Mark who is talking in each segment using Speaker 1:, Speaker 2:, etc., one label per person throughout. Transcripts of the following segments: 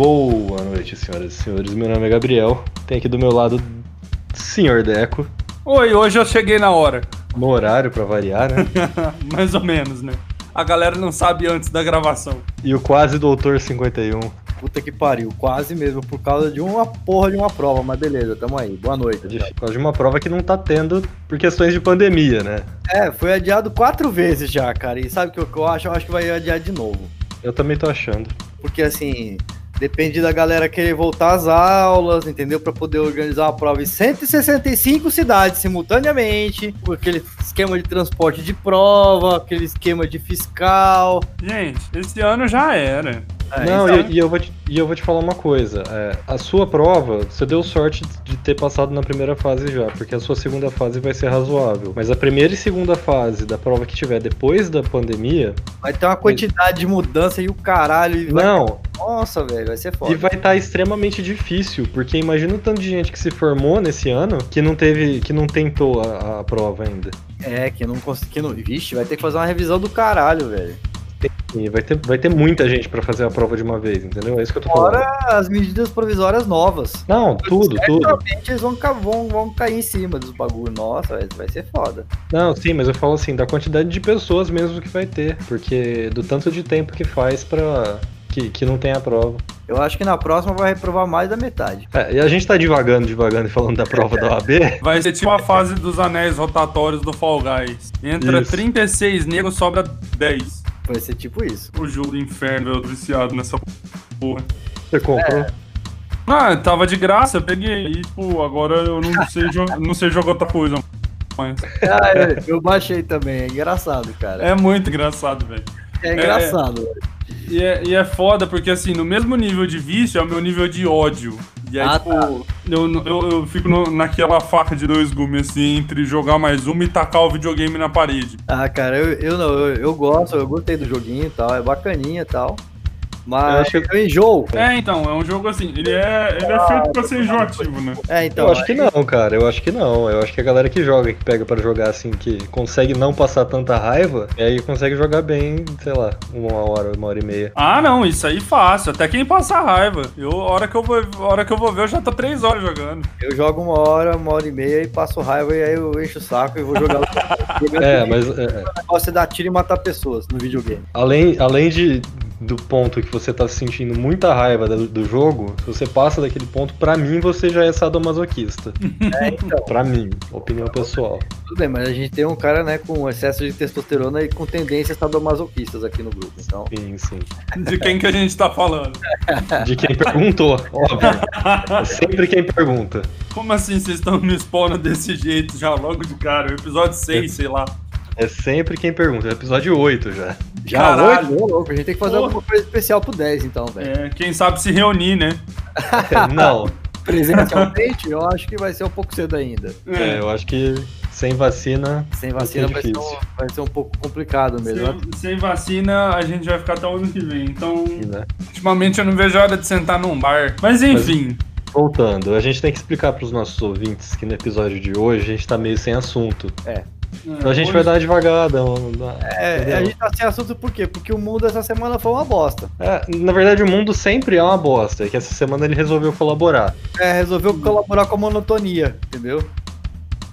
Speaker 1: Boa noite, senhoras e senhores. Meu nome é Gabriel. Tem aqui do meu lado Senhor Deco.
Speaker 2: Oi, hoje eu cheguei na hora.
Speaker 1: No horário, pra variar, né?
Speaker 2: Mais ou menos, né? A galera não sabe antes da gravação.
Speaker 1: E o quase doutor 51.
Speaker 3: Puta que pariu, quase mesmo, por causa de uma porra de uma prova, mas beleza, tamo aí. Boa noite.
Speaker 1: De- Por causa de uma prova que não tá tendo por questões de pandemia, né?
Speaker 3: É, foi adiado quatro vezes já, cara. E sabe o que eu- que eu acho? Eu acho que vai adiar de novo.
Speaker 1: Eu também tô achando.
Speaker 3: Porque assim, depende da galera querer voltar às aulas, entendeu? Pra poder organizar uma prova em 165 cidades simultaneamente, com aquele esquema de transporte de prova, aquele esquema de fiscal.
Speaker 2: Gente, esse ano já era.
Speaker 3: É,
Speaker 1: não,
Speaker 3: então,
Speaker 1: e, e eu vou te, e eu vou te falar uma coisa. É, a sua prova, você deu sorte de ter passado na primeira fase já, porque a sua segunda fase vai ser razoável. Mas a primeira e segunda fase da prova que tiver depois da pandemia,
Speaker 3: vai ter uma quantidade de mudança e o caralho. E vai...
Speaker 1: não,
Speaker 3: Nossa, velho, vai ser
Speaker 1: E
Speaker 3: foda.
Speaker 1: vai estar extremamente difícil, porque imagina o tanto de gente que se formou nesse ano que não teve, que não tentou a, a prova ainda.
Speaker 3: É, que não consegui. Que não... Vixe, vai ter que fazer uma revisão do caralho, velho.
Speaker 1: E vai ter, vai ter muita gente pra fazer a prova de uma vez, entendeu? É isso que eu tô falando.
Speaker 3: Fora as medidas provisórias novas.
Speaker 1: Não, tudo, tudo.
Speaker 3: Certamente eles vão, ca- vão, vão cair em cima dos bagulho. Nossa, vai- vai ser foda.
Speaker 1: Não, sim, mas eu falo assim, da quantidade de pessoas mesmo que vai ter, porque do tanto de tempo que faz pra. Que, que não tem a prova.
Speaker 3: Eu acho que na próxima vai reprovar mais da metade.
Speaker 1: É, e a gente tá devagando, devagando e falando da prova
Speaker 3: É.
Speaker 1: da OAB.
Speaker 2: Vai ser tipo a fase dos anéis rotatórios do Fall Guys. Entra
Speaker 1: Isso.
Speaker 2: 36 negros, sobra 10.
Speaker 3: Vai ser tipo isso.
Speaker 2: O jogo do inferno, eu tô viciado nessa porra.
Speaker 1: Você
Speaker 3: É.
Speaker 1: comprou?
Speaker 2: Ah, tava de graça, eu peguei. E, tipo, agora eu não sei, jo- não sei jogar outra coisa. Mas
Speaker 3: Ah, eu- eu baixei também, é engraçado, cara.
Speaker 2: é muito engraçado, velho.
Speaker 3: É, engraçado. velho.
Speaker 2: E é, e é foda, porque assim, no mesmo nível de vício é o meu nível de ódio.
Speaker 1: é
Speaker 2: E aí,
Speaker 3: Ah,
Speaker 2: tipo, eu, eu, eu fico no- naquela faca de dois gumes, assim, entre jogar mais uma e tacar o videogame na parede.
Speaker 3: Ah, cara, eu, eu não, eu, eu gosto, eu gostei do joguinho e tal, é bacaninha e tal.
Speaker 1: Eu
Speaker 3: Mas
Speaker 1: acho
Speaker 3: eu, enjoo.
Speaker 2: É, então, é um jogo assim, ele é, ele é feito pra ser enjoativo, né?
Speaker 3: É, então.
Speaker 1: eu acho que não, cara. Eu acho que não. Eu acho que a galera que joga, que pega pra jogar assim, que consegue não passar tanta raiva, e aí consegue jogar bem, sei lá, uma hora, uma hora e meia.
Speaker 2: Ah, não, isso aí fácil, até quem passa raiva. Eu, a hora que eu vou, a hora que eu vou ver, eu já tô três horas jogando.
Speaker 3: Eu jogo uma hora, uma hora e meia e passo raiva e aí eu encho o saco e vou jogar. outro-
Speaker 1: É, mas é,
Speaker 3: O negócio é dar tiro e matar pessoas no videogame.
Speaker 1: além, além de, do ponto que você tá sentindo muita raiva do, do jogo, se você passa daquele ponto, pra mim você já é sadomasoquista.
Speaker 3: É, então.
Speaker 1: Pra mim, opinião pessoal.
Speaker 3: Tudo bem, mas a gente tem um cara, né, com excesso de testosterona e com tendências sadomasoquistas aqui no grupo. Então,
Speaker 1: Sim, sim.
Speaker 2: De quem que a gente tá falando?
Speaker 3: É.
Speaker 1: De quem perguntou, óbvio. É sempre quem pergunta.
Speaker 2: Como assim vocês estão me expondo desse jeito já logo de cara? O episódio 6, sei lá.
Speaker 1: É sempre quem pergunta. É episódio 8 já.
Speaker 3: já
Speaker 2: Caralho.
Speaker 3: hoje, ô louco, a gente tem que fazer
Speaker 2: Porra.
Speaker 3: alguma coisa especial pro 10, então, velho.
Speaker 2: É, quem sabe se reunir, né?
Speaker 1: Não.
Speaker 3: É. Presencialmente, eu acho que vai ser um pouco cedo ainda.
Speaker 1: É, eu acho que sem vacina.
Speaker 3: Sem vacina
Speaker 1: Vai
Speaker 3: vai
Speaker 1: ser
Speaker 3: ser, um, vai ser um pouco complicado mesmo. né?
Speaker 2: Sem, sem vacina, a gente vai ficar até o ano que vem. Então,
Speaker 1: Né?
Speaker 2: ultimamente eu não vejo a hora de sentar num bar. Mas enfim,
Speaker 1: Voltando, a gente tem que explicar pros nossos ouvintes que no episódio de hoje a gente tá meio sem assunto.
Speaker 2: É,
Speaker 1: Então a gente vai dar uma devagada. um- uma-
Speaker 3: É, a gente tá sem assunto por quê? Porque o mundo essa semana foi uma bosta.
Speaker 1: É, na verdade, o mundo sempre é uma bosta. É que essa semana ele resolveu colaborar.
Speaker 3: É, resolveu colaborar com a monotonia, entendeu?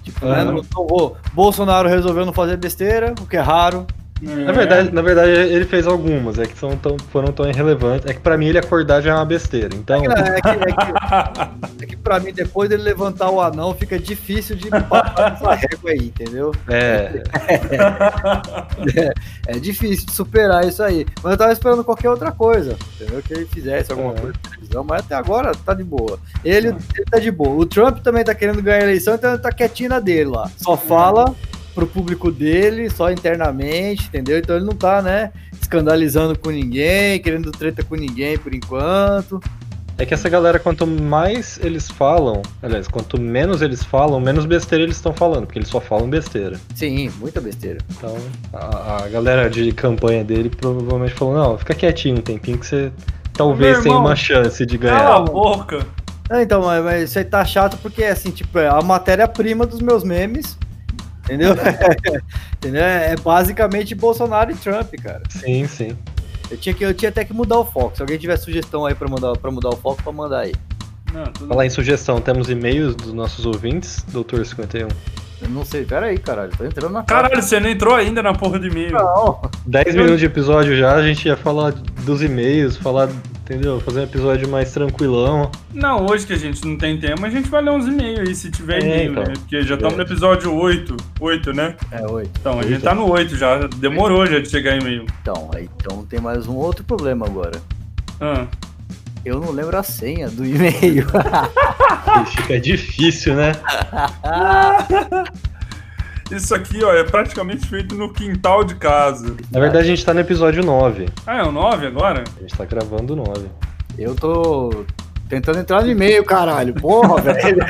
Speaker 3: Tipo, né,
Speaker 1: Ah.
Speaker 3: não, não vou- Bolsonaro resolveu não fazer besteira, o que é raro.
Speaker 1: Na verdade, na verdade ele fez algumas, é que são tão, foram tão irrelevantes. É que pra mim ele acordar já é uma besteira. Então,
Speaker 3: É que, é que É que pra mim, depois dele levantar o anão, fica difícil de passar essa régua aí, entendeu?
Speaker 1: é.
Speaker 3: É difícil de superar isso aí. Mas eu tava esperando qualquer outra coisa, entendeu? Que ele fizesse alguma
Speaker 1: É.
Speaker 3: coisa de televisão, mas até agora tá de boa. Ele, ele tá de boa. O Trump também tá querendo ganhar a eleição, então ele tá quietinho na dele lá. Só fala pro público dele, só internamente, entendeu? Então ele não tá, né, escandalizando com ninguém, querendo treta com ninguém por enquanto.
Speaker 1: É que essa galera, quanto mais eles falam, aliás, quanto menos eles falam, menos besteira eles estão falando, porque eles só falam besteira.
Speaker 3: Sim, muita besteira.
Speaker 1: Então, a, a galera de campanha dele provavelmente falou: não, fica quietinho um tempinho que você talvez
Speaker 2: Meu
Speaker 1: tenha
Speaker 2: irmão,
Speaker 1: uma chance de
Speaker 2: é. Cala a
Speaker 1: ganhar.
Speaker 2: boca.
Speaker 3: Ah, então, mas, mas isso aí tá chato porque é assim, tipo, é a matéria-prima dos meus memes, é entendeu? Entendeu? É basicamente Bolsonaro e Trump, cara.
Speaker 1: Sim, sim.
Speaker 3: Eu tinha, que, eu tinha até que mudar o foco. Se alguém tiver sugestão aí pra, mandar, pra mudar o foco, pra mandar aí.
Speaker 4: Não, tudo
Speaker 1: Falar em sugestão, temos e-mails dos nossos ouvintes, Doutor 51.
Speaker 3: Eu não sei, pera aí, caralho. Tô entrando na cara.
Speaker 2: Caralho, você nem entrou ainda na porra de mim.
Speaker 3: Não,
Speaker 1: 10 minutos de episódio já, a gente ia falar dos e-mails, falar, entendeu? Fazer um episódio mais tranquilão.
Speaker 2: Não, hoje que a gente não tem tema, a gente vai ler uns e-mails aí, se tiver
Speaker 1: É,
Speaker 2: e-mail,
Speaker 1: então.
Speaker 2: né? Porque já estamos no episódio 8. 8, né?
Speaker 3: é oito.
Speaker 2: Então, a
Speaker 1: Oito.
Speaker 2: gente tá no 8 já. Demorou já de chegar e-mail.
Speaker 3: Então, aí, então tem mais um outro problema agora.
Speaker 2: Ah.
Speaker 3: Eu não lembro a senha do e-mail.
Speaker 2: Ah!
Speaker 1: Ixi, fica difícil, né?
Speaker 2: Isso aqui, ó, é praticamente feito no quintal de casa.
Speaker 1: Na verdade, a gente tá no episódio 9.
Speaker 2: Ah, é o 9 agora?
Speaker 1: A gente tá gravando o 9.
Speaker 3: Eu tô tentando entrar no e-mail, caralho. Porra, velho.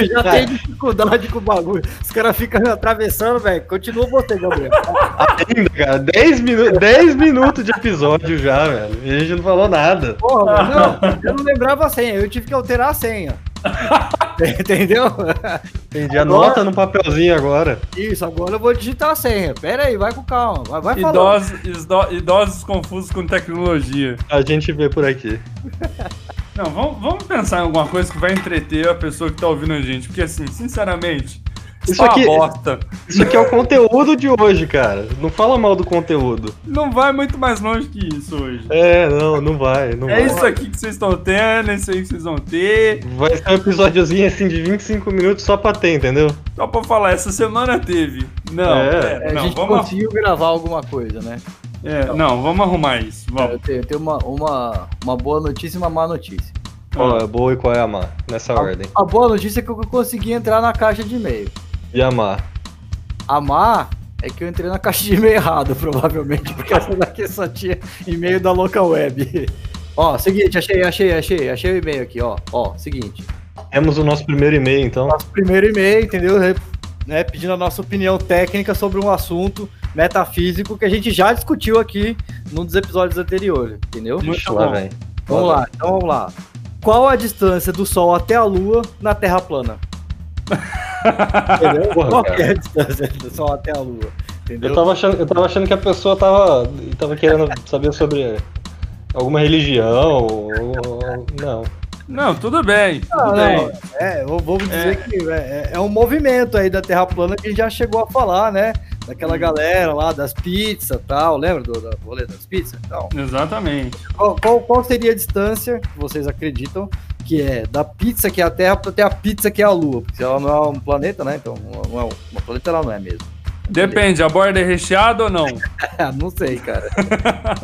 Speaker 3: Eu já tenho dificuldade com o bagulho. Os caras ficam me atravessando, velho. Continua você, Gabriel.
Speaker 2: Ah!
Speaker 1: Ainda, cara, 10, minu 10 minutos de episódio já, velho. E a gente não falou nada.
Speaker 3: Porra, velho. Não, eu não lembrava a senha. Eu tive que alterar a senha. Entendeu?
Speaker 1: Entendi. Anota no papelzinho agora.
Speaker 3: Isso, agora eu vou digitar a senha. Pera aí, vai com calma. Vai, vai Tá falando.
Speaker 2: Idosos, isdo- idosos confusos com tecnologia.
Speaker 1: A gente vê por aqui.
Speaker 2: Não, vamos, vamos pensar em alguma coisa que vai entreter a pessoa que tá ouvindo a gente. Porque, assim, sinceramente,
Speaker 1: Isso
Speaker 2: isso aqui...
Speaker 1: aqui-
Speaker 2: bosta.
Speaker 1: Isso aqui é o conteúdo de hoje, cara. Não fala mal do conteúdo.
Speaker 2: Não vai muito mais longe que isso hoje.
Speaker 1: É, não, não vai, não
Speaker 2: É
Speaker 1: vai.
Speaker 2: isso aqui que vocês estão tendo, é isso aí que vocês vão ter.
Speaker 1: Vai ser um episódiozinho assim de 25 minutos só pra ter, entendeu?
Speaker 2: Só pra falar, essa semana teve. Não,
Speaker 1: É.
Speaker 2: pera,
Speaker 3: É, a
Speaker 2: não,
Speaker 3: gente
Speaker 2: vamos,
Speaker 3: conseguiu gravar alguma coisa, né?
Speaker 2: é, não, vamos arrumar isso.
Speaker 3: Eu
Speaker 2: Vamos.
Speaker 3: tenho, eu tenho uma, uma, uma boa notícia e uma má notícia.
Speaker 1: Ó, é boa e qual é a má? Nessa
Speaker 3: Ah.
Speaker 1: ordem.
Speaker 3: A boa notícia é que eu consegui entrar na caixa de e-mail.
Speaker 1: E a má?
Speaker 3: A má é que eu entrei na caixa de e-mail errado, provavelmente, porque essa daqui só tinha e-mail da local web. Ó, seguinte, achei, achei, achei, achei o e-mail aqui, ó. Ó, seguinte.
Speaker 1: Temos o nosso primeiro e-mail, então.
Speaker 3: Nosso primeiro e-mail, entendeu? Re- Né, pedindo a nossa opinião técnica sobre um assunto metafísico que a gente já discutiu aqui num dos episódios anteriores, entendeu?
Speaker 2: Muito
Speaker 1: Ixi, lá
Speaker 2: bom.
Speaker 1: vem.
Speaker 3: Vamos lá, então vamos lá. Qual a distância do Sol até a Lua na Terra plana? Entendeu?
Speaker 1: Porra,
Speaker 3: Qual
Speaker 1: cara.
Speaker 3: que é a distância do Sol até a Lua? Entendeu?
Speaker 1: Eu tava, achando, eu tava achando que a pessoa tava, tava querendo saber sobre alguma religião. Ou, ou- não.
Speaker 2: Não, tudo bem. Tudo
Speaker 3: Não,
Speaker 2: bem.
Speaker 3: Ah, não, é, eu vou dizer que é, é- é um movimento aí da Terra plana que a gente já chegou a falar, né? Daquela galera lá das pizzas e tal, lembra do, da rolê das pizzas e tal?
Speaker 2: Exatamente.
Speaker 3: Qual, qual- qual seria a distância que vocês acreditam que é da pizza que é a Terra até a pizza que é a Lua? Porque ela não é um planeta, né? Então, não é um, uma planeta ela não é mesmo.
Speaker 2: Depende, a borda é recheada ou não?
Speaker 3: Ah, não sei, cara.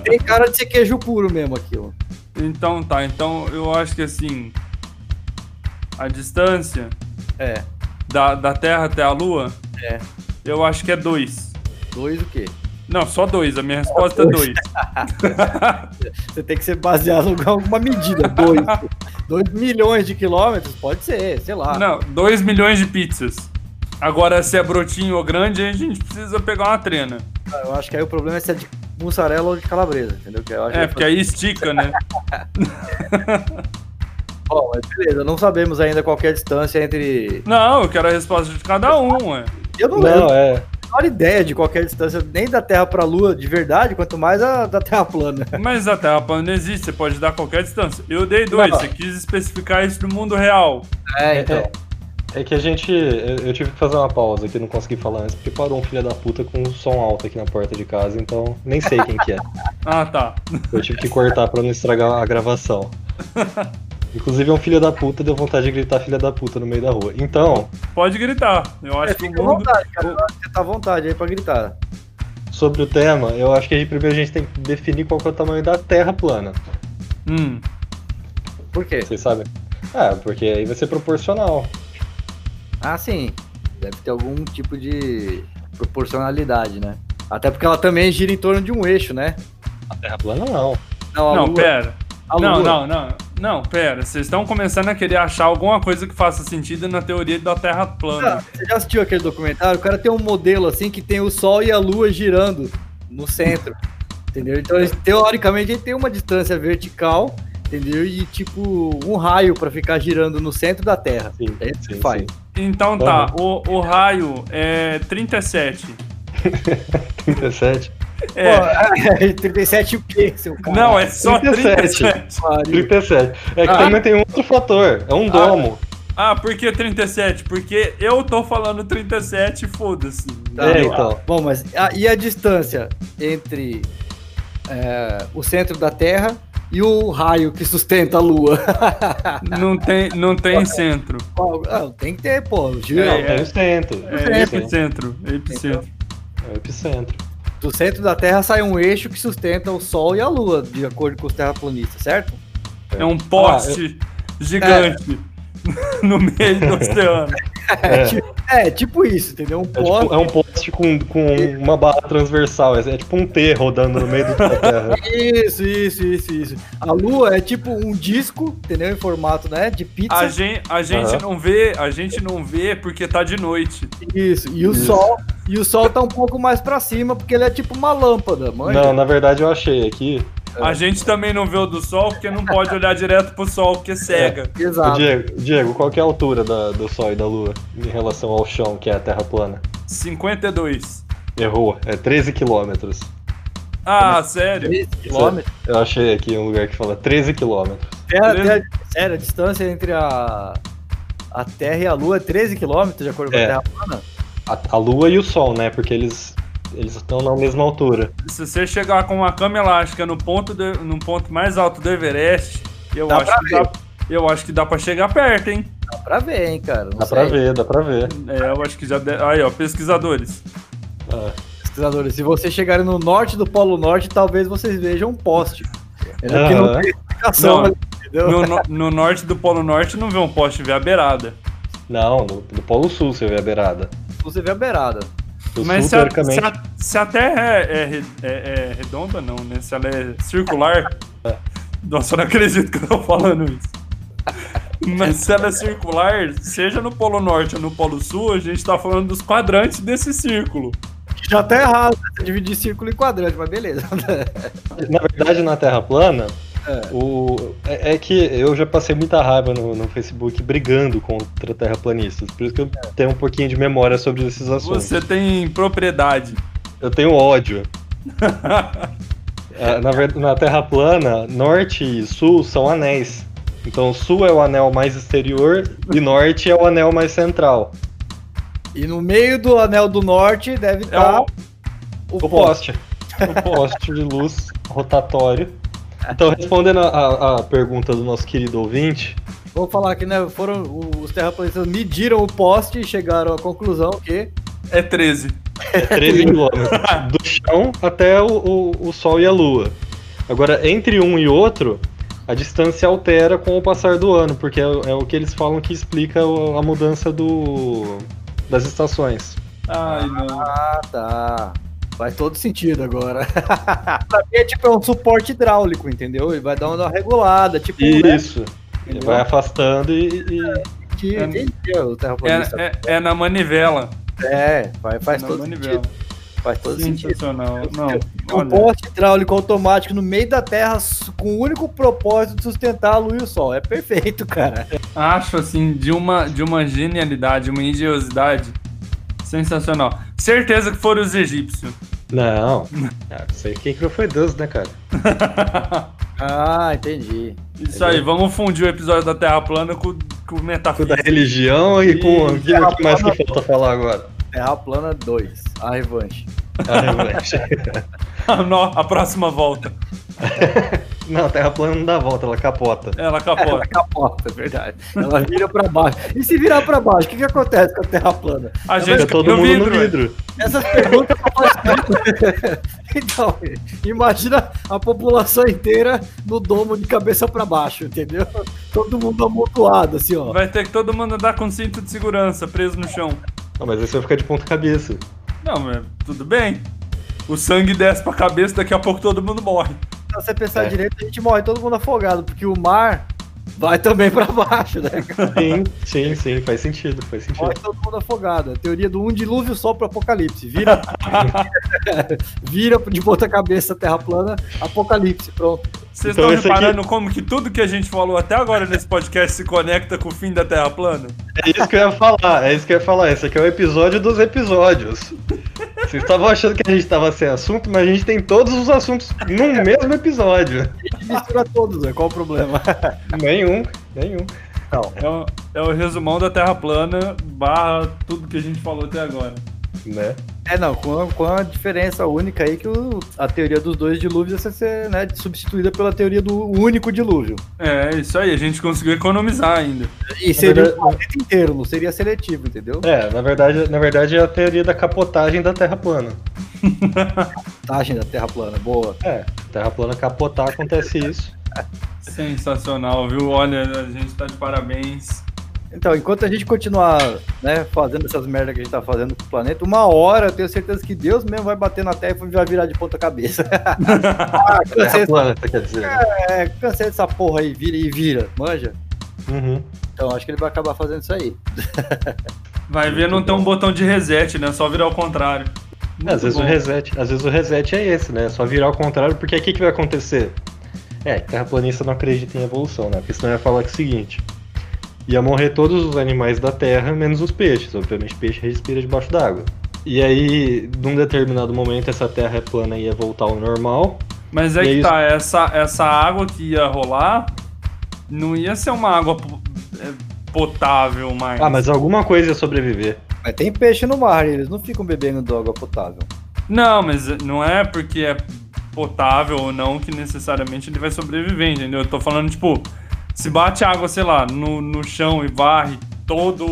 Speaker 3: Tem cara de ser queijo puro mesmo aquilo.
Speaker 2: Então tá, então eu acho que assim. A distância
Speaker 3: É.
Speaker 2: da, da Terra até a Lua.
Speaker 3: É.
Speaker 2: Eu acho que é 2.
Speaker 3: Dois o quê?
Speaker 2: Não, só 2. A minha resposta é 2.
Speaker 3: Você tem que ser baseado em alguma medida. Dois. dois milhões de quilômetros? Pode ser, sei lá.
Speaker 2: Não, 2 milhões de pizzas. Agora, se é brotinho ou grande, aí a gente precisa pegar uma trena.
Speaker 3: Eu acho que aí o problema é se é de mussarela ou de calabresa, entendeu? Que eu acho
Speaker 2: É,
Speaker 3: que-
Speaker 2: porque aí estica, né?
Speaker 3: Bom, mas beleza, não sabemos ainda qual que é a distância entre.
Speaker 2: Não, eu quero a resposta de cada um, ué.
Speaker 3: Eu não, eu não
Speaker 1: Não, é.
Speaker 3: tenho a menor ideia de qualquer distância, nem da Terra pra Lua de verdade, quanto mais a da Terra plana.
Speaker 2: Mas a Terra plana não existe, você pode dar qualquer distância. Eu dei 2,
Speaker 3: Não.
Speaker 2: você quis especificar isso no mundo real.
Speaker 3: É,
Speaker 1: É, é que a gente. Eu, eu tive que fazer uma pausa que eu não consegui falar antes, porque parou um filho da puta com um som alto aqui na porta de casa, então nem sei quem que é.
Speaker 2: Ah, tá.
Speaker 1: Eu tive que cortar pra não estragar a gravação. Inclusive, é um filho da puta, deu vontade de gritar filha da puta no meio da rua. Então,
Speaker 2: Pode gritar. Eu acho que o
Speaker 3: É, Fica à
Speaker 2: um mundo.
Speaker 3: vontade, cara. Eu acho que Você tá à vontade aí pra gritar.
Speaker 1: sobre o tema, eu acho que a gente, primeiro a gente tem que definir qual que é o tamanho da Terra plana.
Speaker 2: Hum.
Speaker 3: Por quê?
Speaker 1: Vocês sabem? Ah, porque aí vai ser proporcional.
Speaker 3: Ah, sim. Deve ter algum tipo de proporcionalidade, né? Até porque ela também gira em torno de um eixo, né?
Speaker 1: A Terra plana não.
Speaker 3: a
Speaker 2: Não,
Speaker 3: Lua-
Speaker 2: pera.
Speaker 3: a
Speaker 2: Não,
Speaker 3: Lua-
Speaker 2: não, não. Não, pera. Vocês estão começando a querer achar alguma coisa que faça sentido na teoria da Terra
Speaker 3: Cara,
Speaker 2: plana.
Speaker 3: Você já assistiu aquele documentário? O cara tem um modelo assim que tem o Sol e a Lua girando no centro. entendeu? Então, eles- teoricamente, ele tem uma distância vertical, entendeu? E tipo, um raio pra ficar girando no centro da Terra.
Speaker 1: Sim,
Speaker 3: É isso que
Speaker 1: sim,
Speaker 3: faz.
Speaker 1: sim.
Speaker 2: Então tá, o, o raio é 37.
Speaker 1: 37.
Speaker 2: É.
Speaker 3: Pô, 37 pixels, cara.
Speaker 2: Não, é só
Speaker 1: 37.
Speaker 2: 37.
Speaker 3: Pariu.
Speaker 1: 37. É que
Speaker 2: Ah.
Speaker 1: também tem um outro fator. É um domo.
Speaker 2: Ah, por que 37? Porque eu tô falando 37, foda-se.
Speaker 3: Tá.
Speaker 1: é, então.
Speaker 3: Bom, mas a- e a distância entre é, o centro da Terra e o raio que sustenta a Lua?
Speaker 2: Não tem, não tem centro.
Speaker 3: Qual- ah, tem que ter, pô. Gira.
Speaker 1: Não,
Speaker 2: é.
Speaker 1: tem o centro.
Speaker 2: É
Speaker 1: o centro.
Speaker 2: epicentro, é
Speaker 3: Então,
Speaker 2: epicentro.
Speaker 1: É o epicentro.
Speaker 3: Do centro da Terra sai um eixo que sustenta o Sol e a Lua, de acordo com os terraplanistas, certo? então.
Speaker 2: É um poste
Speaker 3: Ah,
Speaker 2: gigante no meio do oceano.
Speaker 1: É,
Speaker 3: É, tipo, é, tipo isso, entendeu? Um
Speaker 1: é tipo-
Speaker 3: poste.
Speaker 1: é um poste com, com uma barra transversal. É, é tipo um T rodando no meio do- da terra.
Speaker 3: Isso, isso, isso, isso. A Lua é tipo um disco, entendeu? Em formato, né? De pizza.
Speaker 2: A gente, a gente
Speaker 1: Aham.
Speaker 2: não vê, a gente não vê porque tá de noite.
Speaker 3: Isso. E o
Speaker 1: Isso.
Speaker 3: Sol. E o Sol tá um pouco mais pra cima, porque ele é tipo uma lâmpada, mãe.
Speaker 1: Não, na verdade eu achei aqui.
Speaker 2: A gente também não vê o do sol porque não pode olhar direto pro sol
Speaker 3: É.
Speaker 2: porque cega.
Speaker 1: Ô,
Speaker 3: Exato.
Speaker 1: Diego, Diego, qual que é a altura da- do Sol e da Lua em relação ao chão, que é a Terra plana?
Speaker 2: 52.
Speaker 1: Errou, é 13 quilômetros.
Speaker 3: é?
Speaker 2: Ah, sério?
Speaker 3: 13 quilômetros.
Speaker 1: Eu achei aqui um lugar que fala 13 quilômetros.
Speaker 3: Até, a-
Speaker 2: Treze-
Speaker 3: até a- sério, a distância entre a, a Terra e a Lua é 13 quilômetros, de acordo com
Speaker 1: É.
Speaker 3: a Terra plana.
Speaker 1: A, a Lua e o Sol, né? Porque eles eles estão na mesma altura.
Speaker 2: Se você chegar com uma cama elástica no ponto, do- no ponto mais alto do Everest, eu
Speaker 3: Dá
Speaker 2: acho
Speaker 3: pra
Speaker 2: que
Speaker 3: ver.
Speaker 2: dá, eu acho que dá pra chegar perto, hein?
Speaker 3: Dá pra ver, hein, cara. Não
Speaker 1: Dá
Speaker 3: sei.
Speaker 1: pra ver, dá pra ver.
Speaker 2: É, eu acho que já. De... Aí, ó, pesquisadores.
Speaker 1: Ah,
Speaker 3: pesquisadores, se vocês chegarem no norte do Polo Norte, talvez vocês vejam um poste. É que
Speaker 1: Aham.
Speaker 3: não tem explicação,
Speaker 2: Não.
Speaker 3: entendeu?
Speaker 2: No, no- no norte do Polo Norte não vê um poste, vê a beirada.
Speaker 1: Não, no, no Polo Sul você vê a beirada.
Speaker 3: Você vê a beirada.
Speaker 1: O
Speaker 2: Mas
Speaker 1: Sul,
Speaker 2: se a,
Speaker 1: teoricamente,
Speaker 2: se, a, se a Terra é, é re- é- é redonda, não, né? Se ela é circular.
Speaker 3: É.
Speaker 2: Nossa, eu não acredito que eu tô falando isso. Mas se ela é circular, seja no Polo Norte ou no Polo Sul, a gente tá falando dos quadrantes desse círculo.
Speaker 3: Já tá errado, né? dividir círculo e quadrante, mas beleza.
Speaker 1: na verdade na Terra plana,
Speaker 3: É.
Speaker 1: o, é, é que eu já passei muita raiva no, no Facebook brigando contra terraplanistas. Por isso que eu tenho um pouquinho de memória sobre esses assuntos.
Speaker 2: Você tem propriedade.
Speaker 1: Eu tenho ódio. É, na, ver- na Terra plana, norte e sul são anéis. Então, sul é o anel mais exterior e norte é o anel mais central.
Speaker 3: E no meio do anel do norte deve
Speaker 2: É
Speaker 3: estar
Speaker 2: um,
Speaker 3: o,
Speaker 1: O
Speaker 3: poste.
Speaker 1: poste. O poste de luz rotatório. Então, respondendo a- a, a pergunta do nosso querido ouvinte,
Speaker 3: Vou falar que né, foram os terraplanistas mediram o poste e chegaram à conclusão que
Speaker 2: é 13.
Speaker 1: é 13 quilômetros. Do chão até o, o- o Sol e a Lua. Agora, entre um e outro, a distância altera com o passar do ano, porque é, o- é o que eles falam que explica o- a mudança do, das estações.
Speaker 2: Ai, não.
Speaker 3: ah, tá. Faz todo sentido agora. pra mim é tipo é um suporte hidráulico, entendeu? Ele vai dar uma regulada, tipo, né?
Speaker 1: Isso. Ele vai afastando e. e-
Speaker 3: Que,
Speaker 2: É.
Speaker 3: entendi, o terraplanista.
Speaker 2: É, é- é na manivela.
Speaker 3: É, faz, faz
Speaker 2: na
Speaker 3: todo
Speaker 2: manivela.
Speaker 3: sentido. Faz todo sentido.
Speaker 2: Sensacional. Não,
Speaker 3: Um
Speaker 2: olha,
Speaker 3: poste hidráulico automático no meio da terra s- com o único propósito de sustentar a luz e o sol. É perfeito, cara.
Speaker 2: acho assim de uma de uma genialidade, uma engenhosidade sensacional. Certeza que foram os egípcios.
Speaker 1: Não. Ah, não sei quem criou foi Deus, né, cara?
Speaker 3: Ah, entendi.
Speaker 2: Isso
Speaker 1: É.
Speaker 2: aí, vamos fundir o episódio da Terra plana com, com
Speaker 1: Com da
Speaker 2: metafísica.
Speaker 1: religião e com
Speaker 2: Ih,
Speaker 1: aquilo que mais
Speaker 3: rapaz.
Speaker 1: que falta falar agora. Ah,
Speaker 3: Terra plana 2, a revanche.
Speaker 1: A revanche.
Speaker 2: A, no- a próxima volta.
Speaker 1: não, a Terra plana não dá volta, ela capota.
Speaker 2: Ela
Speaker 3: Ela
Speaker 2: capota.
Speaker 3: capota, é verdade. Ela vira pra baixo. E se virar pra baixo, o que, que acontece com a terra plana?
Speaker 2: A gente
Speaker 1: Fica
Speaker 2: caiu
Speaker 1: Tá todo
Speaker 2: no
Speaker 1: mundo
Speaker 2: vidro.
Speaker 1: no vidro.
Speaker 3: Essas perguntas eu faço. Então, imagina a população inteira no domo de cabeça pra baixo, entendeu? Todo mundo amontoado, assim, ó.
Speaker 2: Vai ter que todo mundo andar com cinto de segurança preso no chão.
Speaker 1: Não, mas aí você vai ficar de ponta cabeça.
Speaker 2: Não, mas tudo bem. O sangue desce pra cabeça, daqui a pouco todo mundo morre.
Speaker 3: Se você pensar
Speaker 1: É.
Speaker 3: direito, a gente morre todo mundo afogado, porque o mar vai também pra baixo, né?
Speaker 1: Sim, sim, sim, faz sentido, faz sentido.
Speaker 3: Morre todo mundo afogado. A teoria do um dilúvio só pro apocalipse. Vira, vira de ponta cabeça, terra plana, apocalipse, pronto.
Speaker 2: Vocês
Speaker 1: Então
Speaker 2: estão
Speaker 1: esse aqui-
Speaker 2: reparando como que tudo que a gente falou até agora nesse podcast se conecta com o fim da Terra plana?
Speaker 1: É isso que eu ia falar, é isso que eu ia falar. Esse aqui é o episódio dos episódios. Vocês estavam achando que a gente tava sem assunto, mas a gente tem todos os assuntos num mesmo episódio.
Speaker 3: A gente mistura todos, né? qual o problema?
Speaker 1: Nenhum, nenhum.
Speaker 2: É o, é o resumão da Terra plana barra tudo que a gente falou até agora.
Speaker 1: Né?
Speaker 3: É, não, com a, com a diferença única aí que o- a teoria dos dois dilúvios ia ser né, substituída pela teoria do único dilúvio.
Speaker 2: É, isso aí, a gente conseguiu economizar ainda.
Speaker 3: E seria
Speaker 1: verdade-
Speaker 3: o planeta inteiro, não seria seletivo, entendeu?
Speaker 1: É, na verdade, na verdade é a teoria da capotagem da Terra plana.
Speaker 3: Tagem da Terra plana, boa.
Speaker 1: É, Terra plana capotar acontece isso.
Speaker 2: Sensacional, viu? Olha, a gente tá de parabéns.
Speaker 3: Então, enquanto a gente continuar né, fazendo essas merdas que a gente tá fazendo com o planeta, uma hora eu tenho certeza que Deus mesmo vai bater na Terra e vai virar de ponta cabeça. ah,
Speaker 1: Terra
Speaker 3: cansei,
Speaker 1: plana, você quer dizer?
Speaker 3: é, cansei dessa porra aí, vira e vira, manja?
Speaker 1: Uhum.
Speaker 3: Então, acho que ele vai acabar fazendo isso aí.
Speaker 2: Vai ver, não tem um botão de reset, né? Só virar ao contrário.
Speaker 1: É, Às vezes, o
Speaker 2: bom.
Speaker 1: reset, às vezes o reset é esse, né? Só virar ao contrário, porque aqui que vai acontecer? É, terraplanista não acredita em evolução, né? Porque senão ia falar que é o seguinte: ia morrer todos os animais da Terra, menos os peixes. Obviamente, peixe respira debaixo d'água. E aí, num determinado momento, essa Terra é plana ia voltar ao normal.
Speaker 2: Mas é
Speaker 1: E
Speaker 2: que
Speaker 1: é isso.
Speaker 2: tá, essa, essa água que ia rolar não ia ser uma água po- é, potável mais.
Speaker 1: Ah, mas alguma coisa ia sobreviver.
Speaker 3: Mas tem peixe no mar, eles não ficam bebendo de água potável.
Speaker 2: Não, mas não é porque é potável ou não que necessariamente ele vai sobreviver, entendeu? Eu tô falando, tipo, se bate água, sei lá, no, no chão e varre toda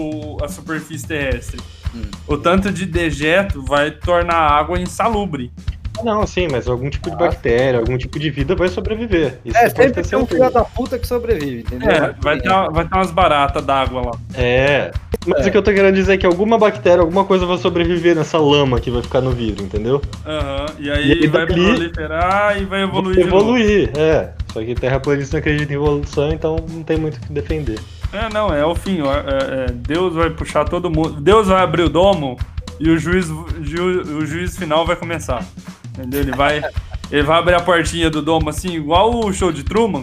Speaker 2: a superfície terrestre,
Speaker 3: Hum.
Speaker 2: o tanto de dejeto vai tornar a água insalubre.
Speaker 1: Ah, Não, sim, mas algum tipo de bactéria, algum tipo de vida vai sobreviver. Isso
Speaker 3: Ah. É,
Speaker 1: você pode
Speaker 3: sempre
Speaker 1: ter
Speaker 3: tem um
Speaker 1: certeza.
Speaker 3: filho da puta que sobrevive, entendeu?
Speaker 2: É, vai ter, uma- vai ter umas baratas d'água lá.
Speaker 1: É. Mas
Speaker 3: É.
Speaker 1: o que eu tô querendo dizer é que alguma bactéria, alguma coisa vai sobreviver nessa lama que vai ficar no vidro, entendeu?
Speaker 2: Aham, e
Speaker 1: E
Speaker 2: aí
Speaker 1: aí
Speaker 2: vai
Speaker 1: dali-
Speaker 2: proliferar e vai evoluir. de novo.
Speaker 1: Evoluir, é. Só que terraplanista não acredita em evolução, então não tem muito o que defender.
Speaker 2: É, não, é o fim. ó, é, é, Deus vai puxar todo mundo. Deus vai abrir o domo e o juiz, ju- o juiz final vai começar. Entendeu? Ele vai, ele vai abrir a portinha do domo assim, igual o show de Truman.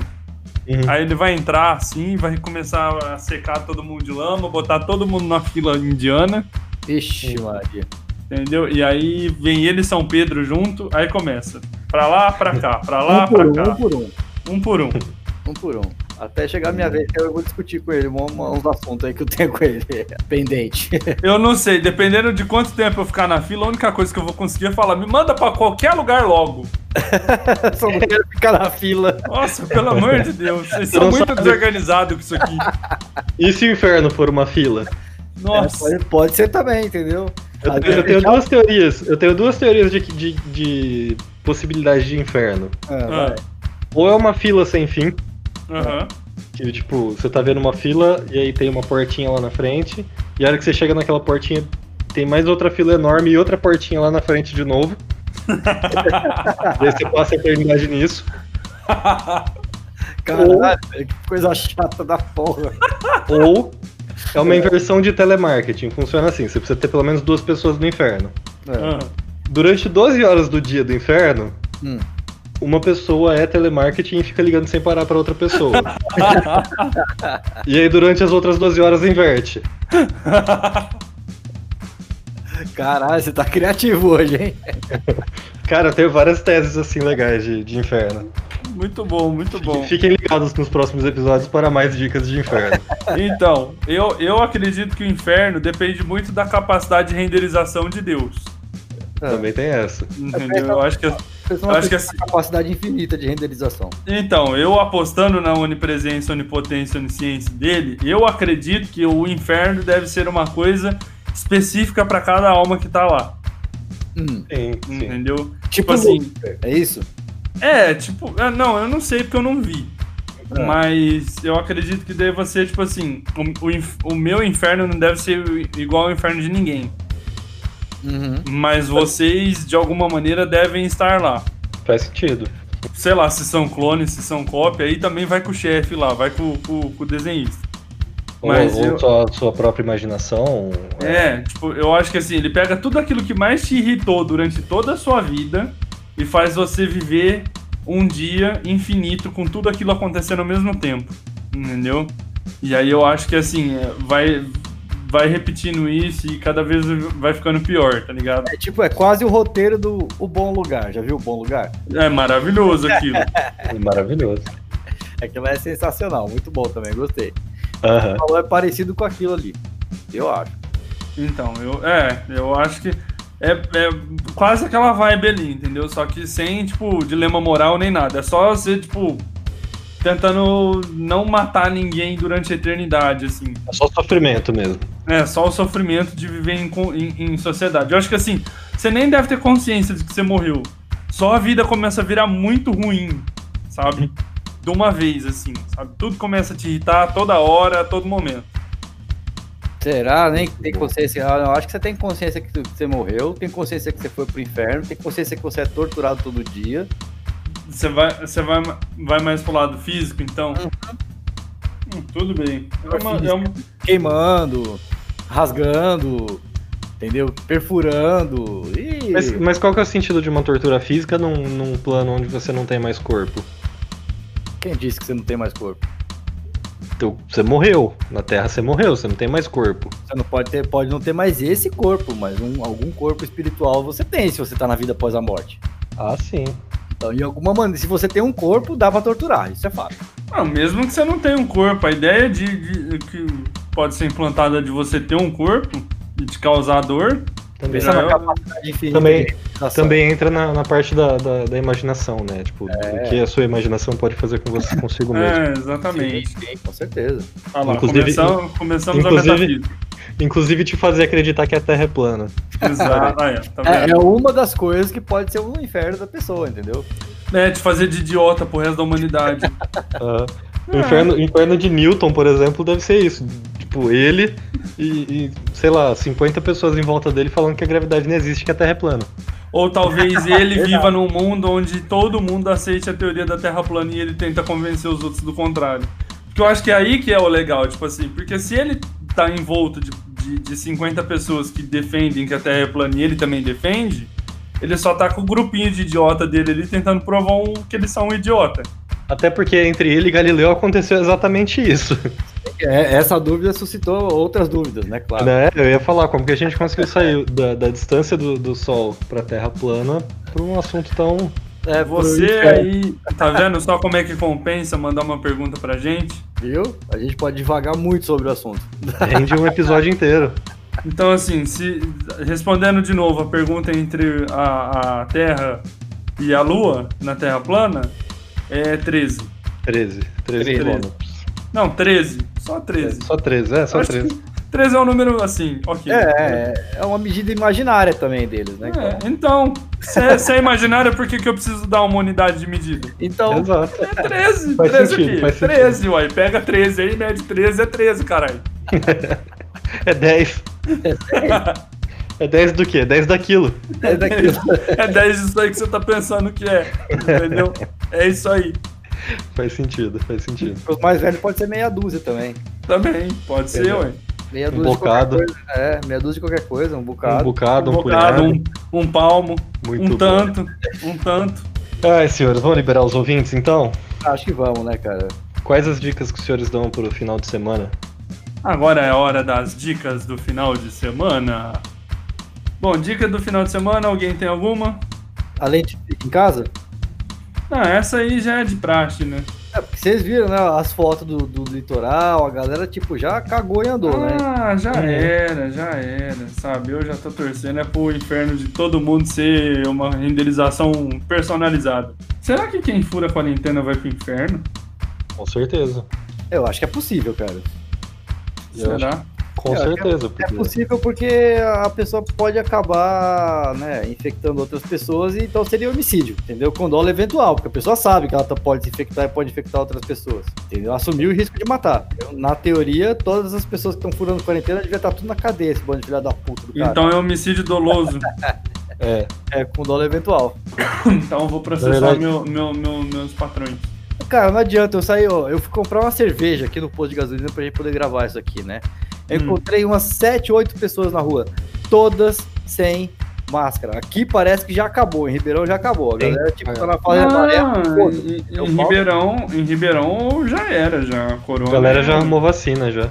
Speaker 1: Uhum.
Speaker 2: Aí ele vai entrar assim, vai começar a secar todo mundo de lama, botar todo mundo na fila indiana.
Speaker 3: Vixe, Maria.
Speaker 2: Entendeu? E aí vem ele e São Pedro junto, aí começa. Pra lá, pra cá, pra lá,
Speaker 3: Um por
Speaker 2: pra
Speaker 3: um, um
Speaker 2: cá.
Speaker 3: por um.
Speaker 2: Um por um.
Speaker 3: Um por um. Até chegar a minha vez, que eu vou discutir com ele um- um- uns assuntos aí que eu tenho com ele. Pendente.
Speaker 2: Eu não sei, dependendo de quanto tempo eu ficar na fila, a única coisa que eu vou conseguir é falar, me manda pra qualquer lugar logo.
Speaker 3: Só não quero ficar na fila.
Speaker 2: Nossa, pelo amor de Deus, vocês
Speaker 1: Você
Speaker 2: são
Speaker 1: não
Speaker 2: muito
Speaker 1: sabe.
Speaker 2: desorganizados com isso aqui.
Speaker 1: E se o inferno for uma fila?
Speaker 2: Nossa,
Speaker 3: É, pode, pode ser também, entendeu?
Speaker 1: Eu,
Speaker 3: Às
Speaker 1: tenho- eu
Speaker 3: vezes-
Speaker 1: tenho duas teorias. Eu tenho duas teorias de, de, de possibilidade de inferno.
Speaker 3: Ah,
Speaker 2: Ah,
Speaker 3: vai.
Speaker 1: Ou é uma fila sem fim,
Speaker 2: aham.
Speaker 1: que tipo, você tá vendo uma fila e aí tem uma portinha lá na frente, e a hora que você chega naquela portinha, tem mais outra fila enorme e outra portinha lá na frente de novo. e aí você passa a eternidade nisso.
Speaker 3: Caralho, que coisa chata da porra.
Speaker 1: Ou é uma inversão de telemarketing. Funciona assim: você precisa ter pelo menos duas pessoas no inferno.
Speaker 3: É.
Speaker 2: aham.
Speaker 1: Durante 12 horas do dia do inferno,
Speaker 3: Hum.
Speaker 1: uma pessoa é telemarketing e fica ligando sem parar pra outra pessoa. e aí durante as outras 12 horas inverte.
Speaker 2: Ah.
Speaker 3: Caralho, você tá criativo hoje, hein?
Speaker 1: Cara, eu tenho várias teses assim legais de, de inferno.
Speaker 2: Muito bom, muito bom.
Speaker 1: Fiquem ligados nos próximos episódios para mais dicas de inferno.
Speaker 2: Então, eu, eu acredito que o inferno depende muito da capacidade de renderização de Deus. É.
Speaker 1: Também tem essa.
Speaker 2: Entendeu? Eu acho que.
Speaker 3: Vocês
Speaker 2: Eu
Speaker 3: são uma
Speaker 2: acho que
Speaker 3: pessoa
Speaker 2: assim-
Speaker 3: com capacidade infinita de renderização.
Speaker 2: Então, eu apostando na onipresença, onipotência, onisciência dele, eu acredito que o inferno deve ser uma coisa específica pra cada alma que tá lá.
Speaker 3: Hum.
Speaker 1: Sim, sim.
Speaker 2: Entendeu?
Speaker 3: Tipo
Speaker 2: assim,
Speaker 3: assim, é isso?
Speaker 2: É, tipo, é, não, eu não sei porque eu não vi.
Speaker 3: É.
Speaker 2: Mas eu acredito que deve ser, tipo assim, o, o inf- o meu inferno não deve ser igual ao inferno de ninguém.
Speaker 3: Uhum.
Speaker 2: Mas vocês, de alguma maneira, devem estar lá.
Speaker 1: Faz sentido.
Speaker 2: sei lá, se são clones, se são cópia, aí também vai com o chefe lá, vai com, com- com o desenhista.
Speaker 1: Ou,
Speaker 2: Mas
Speaker 1: ou
Speaker 2: eu-
Speaker 1: sua, sua própria imaginação.
Speaker 2: É, tipo, eu acho que assim, ele pega tudo aquilo que mais te irritou durante toda a sua vida e faz você viver um dia infinito com tudo aquilo acontecendo ao mesmo tempo, entendeu? E aí eu acho que assim, é, vai vai repetindo isso e cada vez vai ficando pior, tá ligado?
Speaker 3: É tipo, é quase o roteiro do O Bom Lugar. Já viu O Bom Lugar?
Speaker 2: É maravilhoso aquilo.
Speaker 1: é Maravilhoso.
Speaker 3: Aquilo é sensacional, muito bom também, gostei.
Speaker 1: Aham.
Speaker 3: O valor é parecido com aquilo ali, eu acho.
Speaker 2: Então, eu, é, eu acho que é, é quase aquela vibe ali, entendeu? Só que sem, tipo, dilema moral nem nada. É só você, tipo, tentando não matar ninguém durante a eternidade, assim.
Speaker 1: É só sofrimento mesmo.
Speaker 2: É só o sofrimento de viver em, co- em, em sociedade. Eu acho que, assim, você nem deve ter consciência de que você morreu. Só a vida começa a virar muito ruim, sabe? De uma vez, assim, sabe? Tudo começa a te irritar toda hora, a todo momento.
Speaker 3: Será? Nem que tem consciência. Ah, não, acho que você tem consciência que tu- que você morreu, tem consciência que você foi pro inferno, tem consciência que você é torturado todo dia.
Speaker 2: Você vai, você vai, vai mais pro lado físico, então? Hum, tudo bem. É uma- é uma-
Speaker 3: Queimando, rasgando, entendeu? Perfurando. E...
Speaker 1: Mas, mas qual que é o sentido de uma tortura física num, num plano onde você não tem mais corpo?
Speaker 3: Quem disse que você não tem mais corpo?
Speaker 1: Então, você morreu. Na Terra você morreu, você não tem mais corpo.
Speaker 3: Você não pode ter, pode não ter mais esse corpo, mas um- algum corpo espiritual você tem se você tá na vida após a morte.
Speaker 1: Ah, sim.
Speaker 3: Então, de alguma maneira, se você tem um corpo, dá pra torturar, isso é fato.
Speaker 2: Ah, mesmo que você não tenha um corpo, a ideia de, de- que pode ser implantada de você ter um corpo e te causar dor.
Speaker 1: Também,
Speaker 3: Pensa
Speaker 2: Já
Speaker 3: na
Speaker 2: é-
Speaker 3: capacidade infinita
Speaker 1: Também-
Speaker 3: de realização.
Speaker 1: também entra na, na parte da, da, da imaginação, né? Tipo, o que a sua imaginação pode fazer com você consigo mesmo.
Speaker 2: É, exatamente.
Speaker 3: Sim, sim, com certeza.
Speaker 2: Ah lá,
Speaker 1: Inclusive-
Speaker 2: começamos, começamos a
Speaker 1: inclusive-
Speaker 2: metafísica.
Speaker 1: Inclusive te fazer acreditar que a Terra é plana.
Speaker 2: Exato, ah, é, tá
Speaker 3: É,
Speaker 2: vendo?
Speaker 3: é uma das coisas que pode ser um inferno da pessoa, entendeu?
Speaker 2: É, te fazer de idiota pro resto da humanidade.
Speaker 1: Ah, o
Speaker 2: Ah.
Speaker 1: inferno, o inferno de Newton, por exemplo, deve ser isso. Tipo, ele e, e, sei lá, 50 pessoas em volta dele falando que a gravidade não existe, que a Terra é plana.
Speaker 2: Ou talvez ele viva num mundo onde todo mundo aceite a teoria da Terra plana e ele tenta convencer os outros do contrário. Porque eu acho que é aí que é o legal, tipo assim, porque se ele tá envolto de, de, de 50 pessoas que defendem que a Terra é plana e ele também defende, ele só tá com o grupinho de idiota dele ali tentando provar um- que eles são um idiota.
Speaker 1: Até porque entre ele e Galileu aconteceu exatamente isso.
Speaker 3: É, essa dúvida suscitou outras dúvidas, né? Claro.
Speaker 1: Né? Eu ia falar como que a gente conseguiu sair da, da distância do, do Sol pra Terra plana por um assunto tão.
Speaker 3: É, por
Speaker 2: Você
Speaker 3: isso, é,
Speaker 2: aí, tá vendo só como é que compensa mandar uma pergunta pra gente?
Speaker 3: Viu? A gente pode devagar muito sobre o assunto.
Speaker 1: rende um episódio inteiro.
Speaker 2: Então, assim, se respondendo de novo a pergunta entre a, a Terra e a Lua na Terra plana, é 13.
Speaker 1: 13. 13
Speaker 2: 13.
Speaker 1: quilômetros.
Speaker 2: Não, 13. Só
Speaker 1: É,
Speaker 2: 13.
Speaker 1: só 13, é, só
Speaker 2: Acho que
Speaker 1: 13.
Speaker 2: 13 é um número assim, ok.
Speaker 3: É, é, é uma medida imaginária também deles, né?
Speaker 2: É, então, se é, se é imaginário, por que, que eu preciso dar uma unidade de medida?
Speaker 3: Então,
Speaker 1: Exato.
Speaker 2: É 13,
Speaker 1: Faz
Speaker 2: 13
Speaker 1: sentido,
Speaker 2: aqui.
Speaker 1: faz sentido.
Speaker 2: 13, uai. Pega 13 aí, mede 13, é 13, caralho.
Speaker 1: É 10. É 10 do quê? 10 daquilo.
Speaker 3: é daquilo.
Speaker 2: É 10 isso aí que você tá pensando que é. Entendeu? É isso aí.
Speaker 1: Faz sentido, faz sentido.
Speaker 3: Os mais velhos pode ser meia dúzia também.
Speaker 2: Também, pode ser,
Speaker 1: Entendeu?
Speaker 2: ué.
Speaker 3: Meia
Speaker 1: Um
Speaker 3: dúzia
Speaker 1: bocado.
Speaker 3: de qualquer coisa. É, meia dúzia de qualquer coisa, um
Speaker 1: Um
Speaker 3: bocado.
Speaker 1: bocado, um,
Speaker 2: um
Speaker 1: punhado.
Speaker 2: bocado, um, um palmo,
Speaker 1: Muito
Speaker 2: um
Speaker 1: bom.
Speaker 2: tanto, um tanto.
Speaker 1: Ai, senhores, vamos liberar os ouvintes então?
Speaker 3: Acho que vamos, né, cara?
Speaker 1: Quais as dicas que os senhores dão pro final de semana?
Speaker 2: Agora é a hora das dicas do final de semana. Bom, dica do final de semana, alguém tem alguma?
Speaker 3: A lente fica em casa?
Speaker 2: Ah, essa aí já é de praxe, né?
Speaker 3: É, porque vocês viram, né? As fotos do, do litoral, a galera, tipo, já cagou e andou, né?
Speaker 2: Ah, já
Speaker 1: Uhum.
Speaker 2: era, já era, sabe? Eu já tô torcendo é pro inferno de todo mundo ser uma renderização personalizada. Será que quem fura a quarentena vai pro inferno?
Speaker 1: Com certeza.
Speaker 3: Eu acho que é possível, cara.
Speaker 1: Eu
Speaker 2: Será?
Speaker 1: Com
Speaker 3: É,
Speaker 1: certeza.
Speaker 3: É
Speaker 1: porque-
Speaker 3: possível porque a pessoa pode acabar, né, infectando outras pessoas, e então seria homicídio, entendeu? Condolo eventual, porque a pessoa sabe que ela tá- pode se infectar e pode infectar outras pessoas, entendeu? Assumiu o risco de matar. Então, Na teoria, todas as tá pessoas que estão furando quarentena devia estar tudo na cadeia, esse bando de filha da puta do cara.
Speaker 2: Então é homicídio um doloso.
Speaker 1: É.
Speaker 3: É, com dólar eventual.
Speaker 2: Então eu vou processar
Speaker 1: verdade.
Speaker 2: meu, meu, meu- meus patrões.
Speaker 3: Cara, não adianta, eu saí, ó, eu fui comprar uma cerveja aqui no posto de gasolina pra gente poder gravar isso aqui, né? Eu
Speaker 2: Hum.
Speaker 3: encontrei umas 7, 8 pessoas na rua, todas sem máscara. Aqui parece que já acabou, em Ribeirão já acabou. A
Speaker 1: Tem.
Speaker 3: galera tipo, tá na fase amarela,
Speaker 2: Ah,
Speaker 3: foda-se.
Speaker 2: em,
Speaker 3: Eu
Speaker 2: em
Speaker 3: falo.
Speaker 2: Ribeirão, em Ribeirão já era, já. A corona.
Speaker 1: A galera
Speaker 2: é-
Speaker 1: já arrumou vacina já.
Speaker 2: Ah.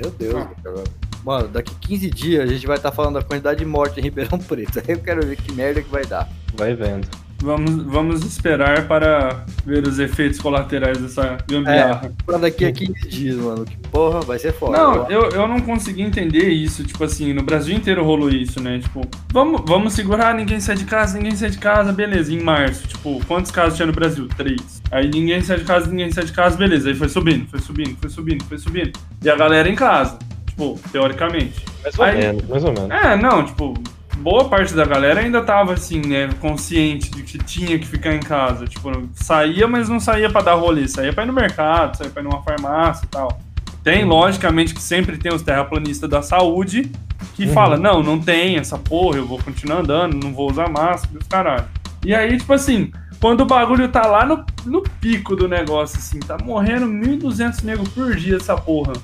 Speaker 3: Meu Deus, cara. Mano, daqui 15 dias a gente vai estar falando da quantidade de morte em Ribeirão Preto. Aí eu quero ver que merda que vai dar.
Speaker 1: Vai vendo.
Speaker 2: Vamos, vamos esperar para ver os efeitos colaterais dessa gambiarra.
Speaker 3: Pra daqui a 15 dias, mano. Que porra, vai ser foda.
Speaker 2: Não, eu, eu não consegui entender isso. Tipo assim, no Brasil inteiro rolou isso, né? Tipo, vamos, vamos segurar, ninguém sai de casa, ninguém sai de casa, beleza. Em março, tipo, quantos casos tinha no Brasil? Três. Aí ninguém sai de casa, ninguém sai de casa, beleza. Aí foi subindo, foi subindo, foi subindo, foi subindo. E a galera em casa, tipo, teoricamente.
Speaker 1: Mais ou
Speaker 2: Aí-
Speaker 1: menos, mais ou menos.
Speaker 2: É, não, tipo, boa parte da galera ainda tava assim, né, consciente de que tinha que ficar em casa. Tipo, saía, mas não saía pra dar rolê, saía pra ir no mercado, saía pra ir numa farmácia e tal. Tem, logicamente, que sempre tem os terraplanistas da saúde que
Speaker 1: Uhum.
Speaker 2: fala, não, não tem essa porra, eu vou continuar andando, não vou usar máscara, os caralho. E aí, tipo assim, quando o bagulho tá lá no, no pico do negócio, assim, tá morrendo 1.200 negros por dia essa porra.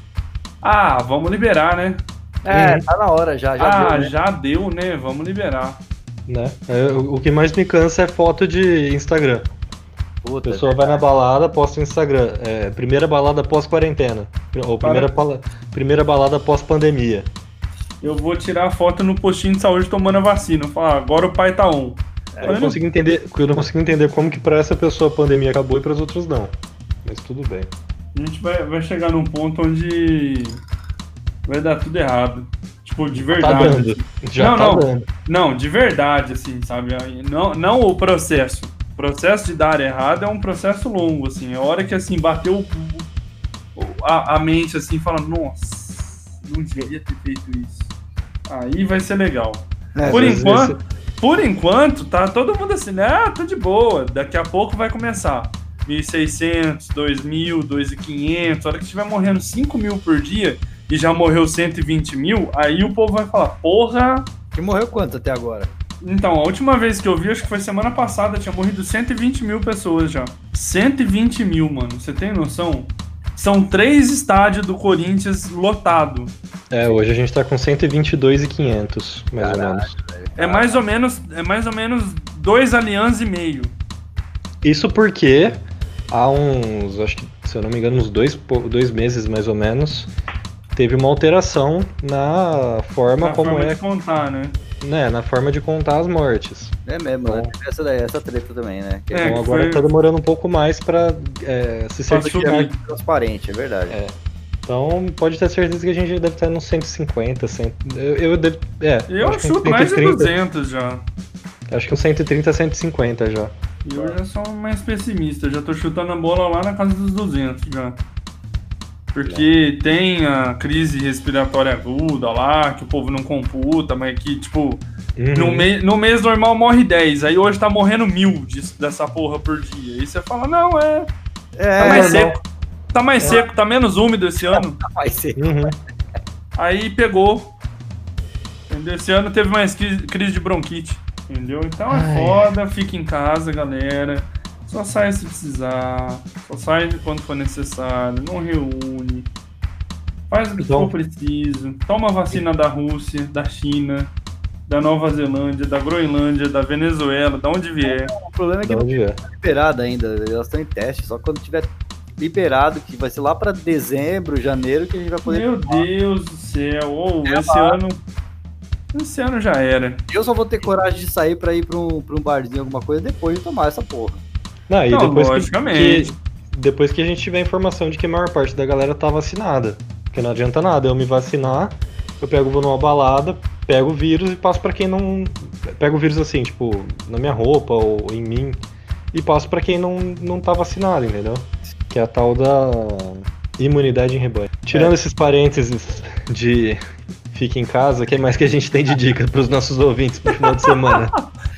Speaker 2: Ah, vamos liberar, né?
Speaker 3: É, tá na hora já, já
Speaker 2: ah,
Speaker 3: deu, né?
Speaker 2: já deu, né? Vamos liberar.
Speaker 1: Né? É, o o que mais me cansa é foto de Instagram. A
Speaker 3: Puta,
Speaker 1: pessoa vai na balada, posta no Instagram. É, primeira balada pós-quarentena. Pri- Ou primeira, pala- primeira balada pós-pandemia.
Speaker 2: Eu vou tirar a foto no postinho de saúde tomando a vacina. Falar, agora o pai tá on.
Speaker 1: Eu não consigo entender, eu não consigo entender como que pra essa pessoa a pandemia acabou e pras outras não. Mas tudo bem.
Speaker 2: A gente vai, vai chegar num ponto onde vai dar tudo errado. Tipo, de
Speaker 1: Tá
Speaker 2: verdade.
Speaker 1: dando. Já
Speaker 2: Não,
Speaker 1: tá
Speaker 2: não.
Speaker 1: dando.
Speaker 2: Não, de verdade, assim, sabe? Aí, Não, não o processo. O processo de dar errado é um processo longo, assim. É a hora que, assim, bateu o- o- a, a mente, assim, fala, nossa, não devia ter feito isso. Aí vai ser legal.
Speaker 3: É,
Speaker 2: por
Speaker 1: às vezes
Speaker 2: enquanto, por enquanto, tá todo mundo assim, né? Ah, tô de boa. Daqui a pouco vai começar. 1.600, 2.000, 2.500. A hora que estiver morrendo 5 mil por dia e já morreu 120 mil, aí o povo vai falar, porra...
Speaker 3: Que morreu quanto até agora?
Speaker 2: Então, a última vez que eu vi, acho que foi semana passada, tinha morrido 120 mil pessoas já. 120 mil, mano. Você tem noção? São três estádios do Corinthians lotado.
Speaker 1: É, hoje a gente tá com 122,500, mais ou menos.
Speaker 2: É mais ou menos, é mais ou menos dois Allianz e meio.
Speaker 1: Isso porque há uns, acho que, se eu não me engano, uns dois, po- dois meses mais ou menos, teve uma alteração na forma
Speaker 2: Na
Speaker 1: como
Speaker 2: forma
Speaker 1: é,
Speaker 2: de contar, né?
Speaker 1: né, na forma de contar as mortes.
Speaker 3: É mesmo, né? Teve Essa daí, essa treta também, né? Que
Speaker 2: É,
Speaker 1: Então
Speaker 2: que
Speaker 1: agora
Speaker 2: foi-
Speaker 1: tá demorando um pouco mais pra é, se
Speaker 2: Pra
Speaker 1: certificar.
Speaker 2: subir.
Speaker 3: transparente, é verdade.
Speaker 1: É. Então pode ter certeza que a gente já deve estar nos 150, 100, eu, eu devo, é,
Speaker 2: Eu
Speaker 1: acho que uns
Speaker 2: chuto mais de
Speaker 1: 130,
Speaker 2: 200 já.
Speaker 1: Acho que uns 130, 150 já.
Speaker 2: E eu já sou mais pessimista, já tô chutando a bola lá na casa dos 200 já. Porque tem a crise respiratória aguda lá, que o povo não computa, mas que, tipo, no,
Speaker 1: Uhum.
Speaker 2: mei- no mês normal morre 10, aí hoje tá morrendo mil disso, dessa porra por dia. Aí você fala, não, é.
Speaker 3: É,
Speaker 2: Tá mais
Speaker 3: normal.
Speaker 2: seco. Tá
Speaker 1: É.
Speaker 2: mais seco, tá menos úmido esse ano.
Speaker 3: Vai ser.
Speaker 1: Uhum.
Speaker 2: Aí pegou. Entendeu? Esse ano teve mais cri- crise de bronquite. Entendeu? Então é
Speaker 1: Ai.
Speaker 2: foda, fica em casa, galera. Só sai se precisar. Só sai quando for necessário. Não reúne. Faz o que
Speaker 1: Então-
Speaker 2: for preciso. Toma a vacina da Rússia, da China, da Nova Zelândia, da Groenlândia, da Venezuela, da onde vier.
Speaker 3: O problema é que
Speaker 1: Da
Speaker 3: não
Speaker 1: onde é?
Speaker 3: tá liberado ainda. Elas estão em teste. Só quando tiver liberado, que vai ser lá pra dezembro, janeiro, que a gente vai poder.
Speaker 2: Meu Deus do céu. ou esse ano. Esse ano já era.
Speaker 3: Eu só vou ter coragem de sair pra ir pra um, pra um barzinho, alguma coisa, depois de tomar essa porra.
Speaker 1: Não, e
Speaker 2: Não,
Speaker 1: depois que-
Speaker 2: Então, logicamente.
Speaker 1: Que, depois que a gente tiver a informação de que a maior parte da galera tá vacinada. Porque não adianta nada eu me vacinar, eu pego, vou numa balada, pego o vírus e passo pra quem não. Pego o vírus assim, tipo, na minha roupa ou em mim, e passo pra quem não, não tá vacinado, entendeu? Que é a tal da imunidade em rebanho. Tirando esses parênteses de fique em casa, o que mais que a gente tem de dica pros nossos ouvintes pro final de semana?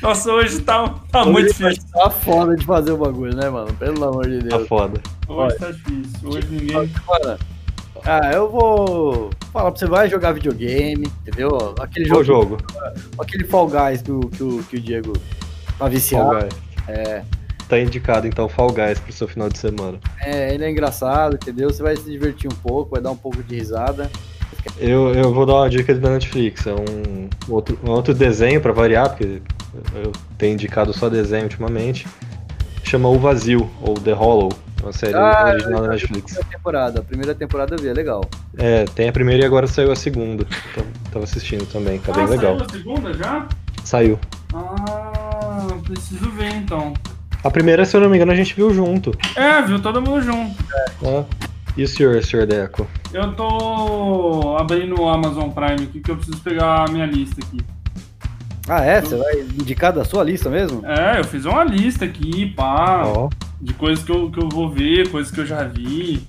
Speaker 2: Nossa, hoje tá, tá muito
Speaker 3: Hoje vai
Speaker 2: difícil.
Speaker 3: Tá foda de fazer o bagulho, né, mano? Pelo amor de
Speaker 1: Tá
Speaker 3: Deus.
Speaker 1: foda.
Speaker 2: Hoje tá difícil. Hoje ninguém.
Speaker 3: Mano, Ah, eu vou falar pra você, vai jogar videogame, entendeu? Aquele
Speaker 1: Qual
Speaker 3: jogo,
Speaker 1: jogo?
Speaker 3: aquele Fall Guys do, que, o, que o Diego tá viciado.
Speaker 1: Fall Guys.
Speaker 3: É,
Speaker 1: Tá indicado então Fall Guys pro seu final de semana.
Speaker 3: é, ele é engraçado, entendeu? Você vai se divertir um pouco, vai dar um pouco de risada.
Speaker 1: Eu, eu vou dar uma dica da Netflix. É um outro, um outro desenho pra variar, porque eu tenho indicado só desenho ultimamente. Chama O Vazio, ou The Hollow. É Uma série
Speaker 3: Ah,
Speaker 1: original da
Speaker 3: A
Speaker 1: Netflix.
Speaker 3: primeira temporada, a primeira temporada eu vi, é legal.
Speaker 1: É, tem a primeira e agora saiu a segunda. Tava- Tava assistindo também, tá bem
Speaker 2: ah,
Speaker 1: legal.
Speaker 2: Saiu a segunda já?
Speaker 1: Saiu.
Speaker 2: Ah, preciso ver então.
Speaker 1: A primeira, se eu não me engano, a gente viu junto.
Speaker 2: É, viu todo mundo junto.
Speaker 1: Né? E o senhor, senhor Deco?
Speaker 2: Eu tô abrindo o Amazon Prime aqui que eu preciso pegar a minha lista aqui.
Speaker 3: Ah, é? Você vai indicar da sua lista mesmo?
Speaker 2: É, eu fiz uma lista aqui, pá,
Speaker 1: Ó,
Speaker 2: de coisas que eu, que eu vou ver, coisas que eu já vi.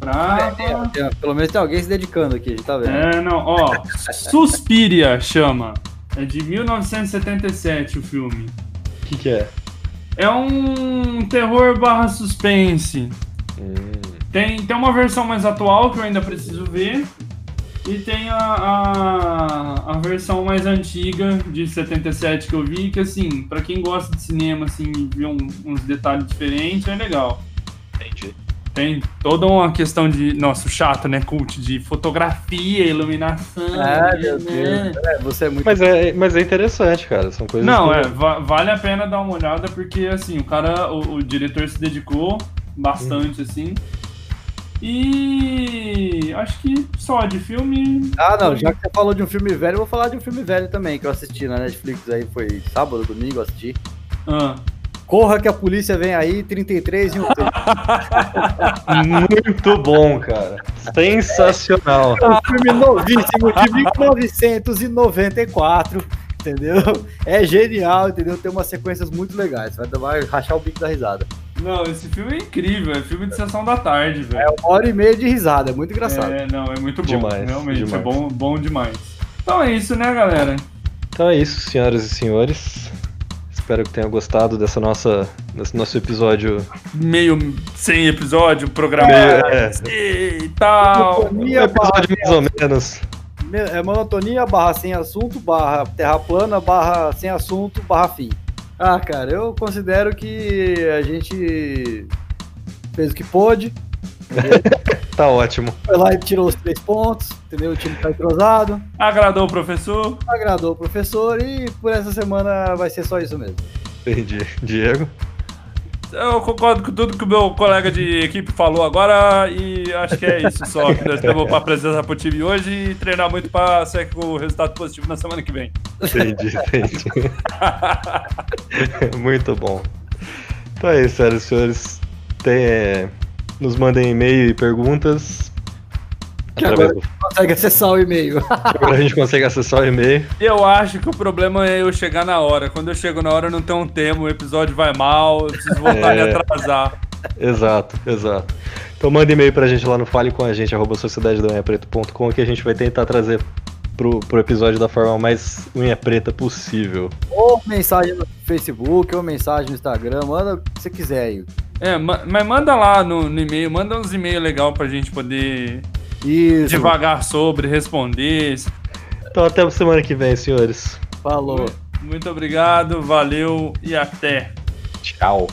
Speaker 2: Pra.
Speaker 3: Tem- É, Pelo menos tem alguém se dedicando aqui, a gente tá vendo.
Speaker 2: É, não, ó. Suspiria chama. É de 1977 o filme.
Speaker 1: o que, que é?
Speaker 2: É um terror barra suspense.
Speaker 1: Hum,
Speaker 2: Tem, tem uma versão mais atual que eu ainda preciso ver. E tem a, a, a versão mais antiga de 77 que eu vi, que assim, pra quem gosta de cinema, assim, e ver um- uns detalhes diferentes, é legal.
Speaker 1: entendi.
Speaker 2: Tem toda uma questão de. Nossa, chato, né, cult? De fotografia, iluminação.
Speaker 3: Ah,
Speaker 2: né,
Speaker 3: meu
Speaker 2: né.
Speaker 3: Deus. É, você é muito.
Speaker 1: Mas é, mas é interessante, cara. São coisas
Speaker 2: Não,
Speaker 1: que-
Speaker 2: é, va- vale a pena dar uma olhada, porque assim, o cara, o, o diretor se dedicou bastante,
Speaker 1: Uhum.
Speaker 2: assim. E acho que só de filme.
Speaker 3: Ah, não, já que você falou de um filme velho, eu vou falar de um filme velho também que eu assisti na Netflix aí, foi sábado, domingo, eu assisti.
Speaker 2: Ah,
Speaker 3: Corra que a polícia vem aí, 33 e um tempo.
Speaker 1: Muito bom, cara. Sensacional.
Speaker 3: um filme novíssimo de 1994, entendeu? É genial, entendeu? Tem umas sequências muito legais, vai, dar- vai rachar o bico da risada.
Speaker 2: não, esse filme é incrível, é filme de sessão da tarde, velho.
Speaker 3: É Uma hora e meia de risada, é muito engraçado.
Speaker 2: É, não, é muito bom.
Speaker 1: Demais,
Speaker 2: realmente, é
Speaker 1: demais.
Speaker 2: bom, bom demais. Então é isso, né, galera?
Speaker 1: Então é isso, senhoras e senhores. Espero que tenham gostado dessa nossa, desse nosso episódio.
Speaker 2: Meio sem episódio,
Speaker 1: Meio,
Speaker 2: programado
Speaker 1: é,
Speaker 2: e tal.
Speaker 1: um
Speaker 3: Monotonia barra,
Speaker 1: episódio mais ou menos.
Speaker 3: é monotonia barra sem assunto, barra terra plana, barra sem assunto, barra fim. Ah, cara, eu considero que a gente fez o que pôde,
Speaker 1: Tá ótimo.
Speaker 3: foi lá e tirou os três pontos, entendeu? O time tá entrosado,
Speaker 2: Agradou o professor?
Speaker 3: agradou o professor e por essa semana vai ser só isso mesmo.
Speaker 1: Entendi. Diego.
Speaker 2: Eu concordo com tudo que o meu colega de equipe falou agora e acho que é isso só que nós temos para apresentar pro time hoje e treinar muito para ser com o resultado positivo na semana que vem.
Speaker 1: Entendi, entendi. Muito bom. Então é isso, senhoras e senhores. Tem, é, nos mandem e-mail e perguntas.
Speaker 3: Que
Speaker 1: Através do...
Speaker 3: Consegue acessar o e-mail.
Speaker 1: Agora a gente consegue acessar o e-mail.
Speaker 2: Eu acho que o problema é eu chegar na hora. Quando eu chego na hora eu não tenho um tema, o episódio vai mal, eu preciso voltar e
Speaker 1: É.
Speaker 2: atrasar.
Speaker 1: Exato, exato. Então manda e-mail pra gente lá no Fale com a gente, arroba sociedadedounhapreto.com, que a gente vai tentar trazer pro, pro episódio da forma mais unha preta possível.
Speaker 3: ou mensagem no Facebook, ou mensagem no Instagram, manda o que você quiser aí.
Speaker 2: É, ma- mas manda lá no, no e-mail, manda uns e-mails legal pra gente poder
Speaker 3: Isso,
Speaker 2: devagar sobre, responder.
Speaker 1: Então até semana que vem, senhores.
Speaker 3: falou.
Speaker 2: Muito obrigado, valeu e até.
Speaker 1: Tchau.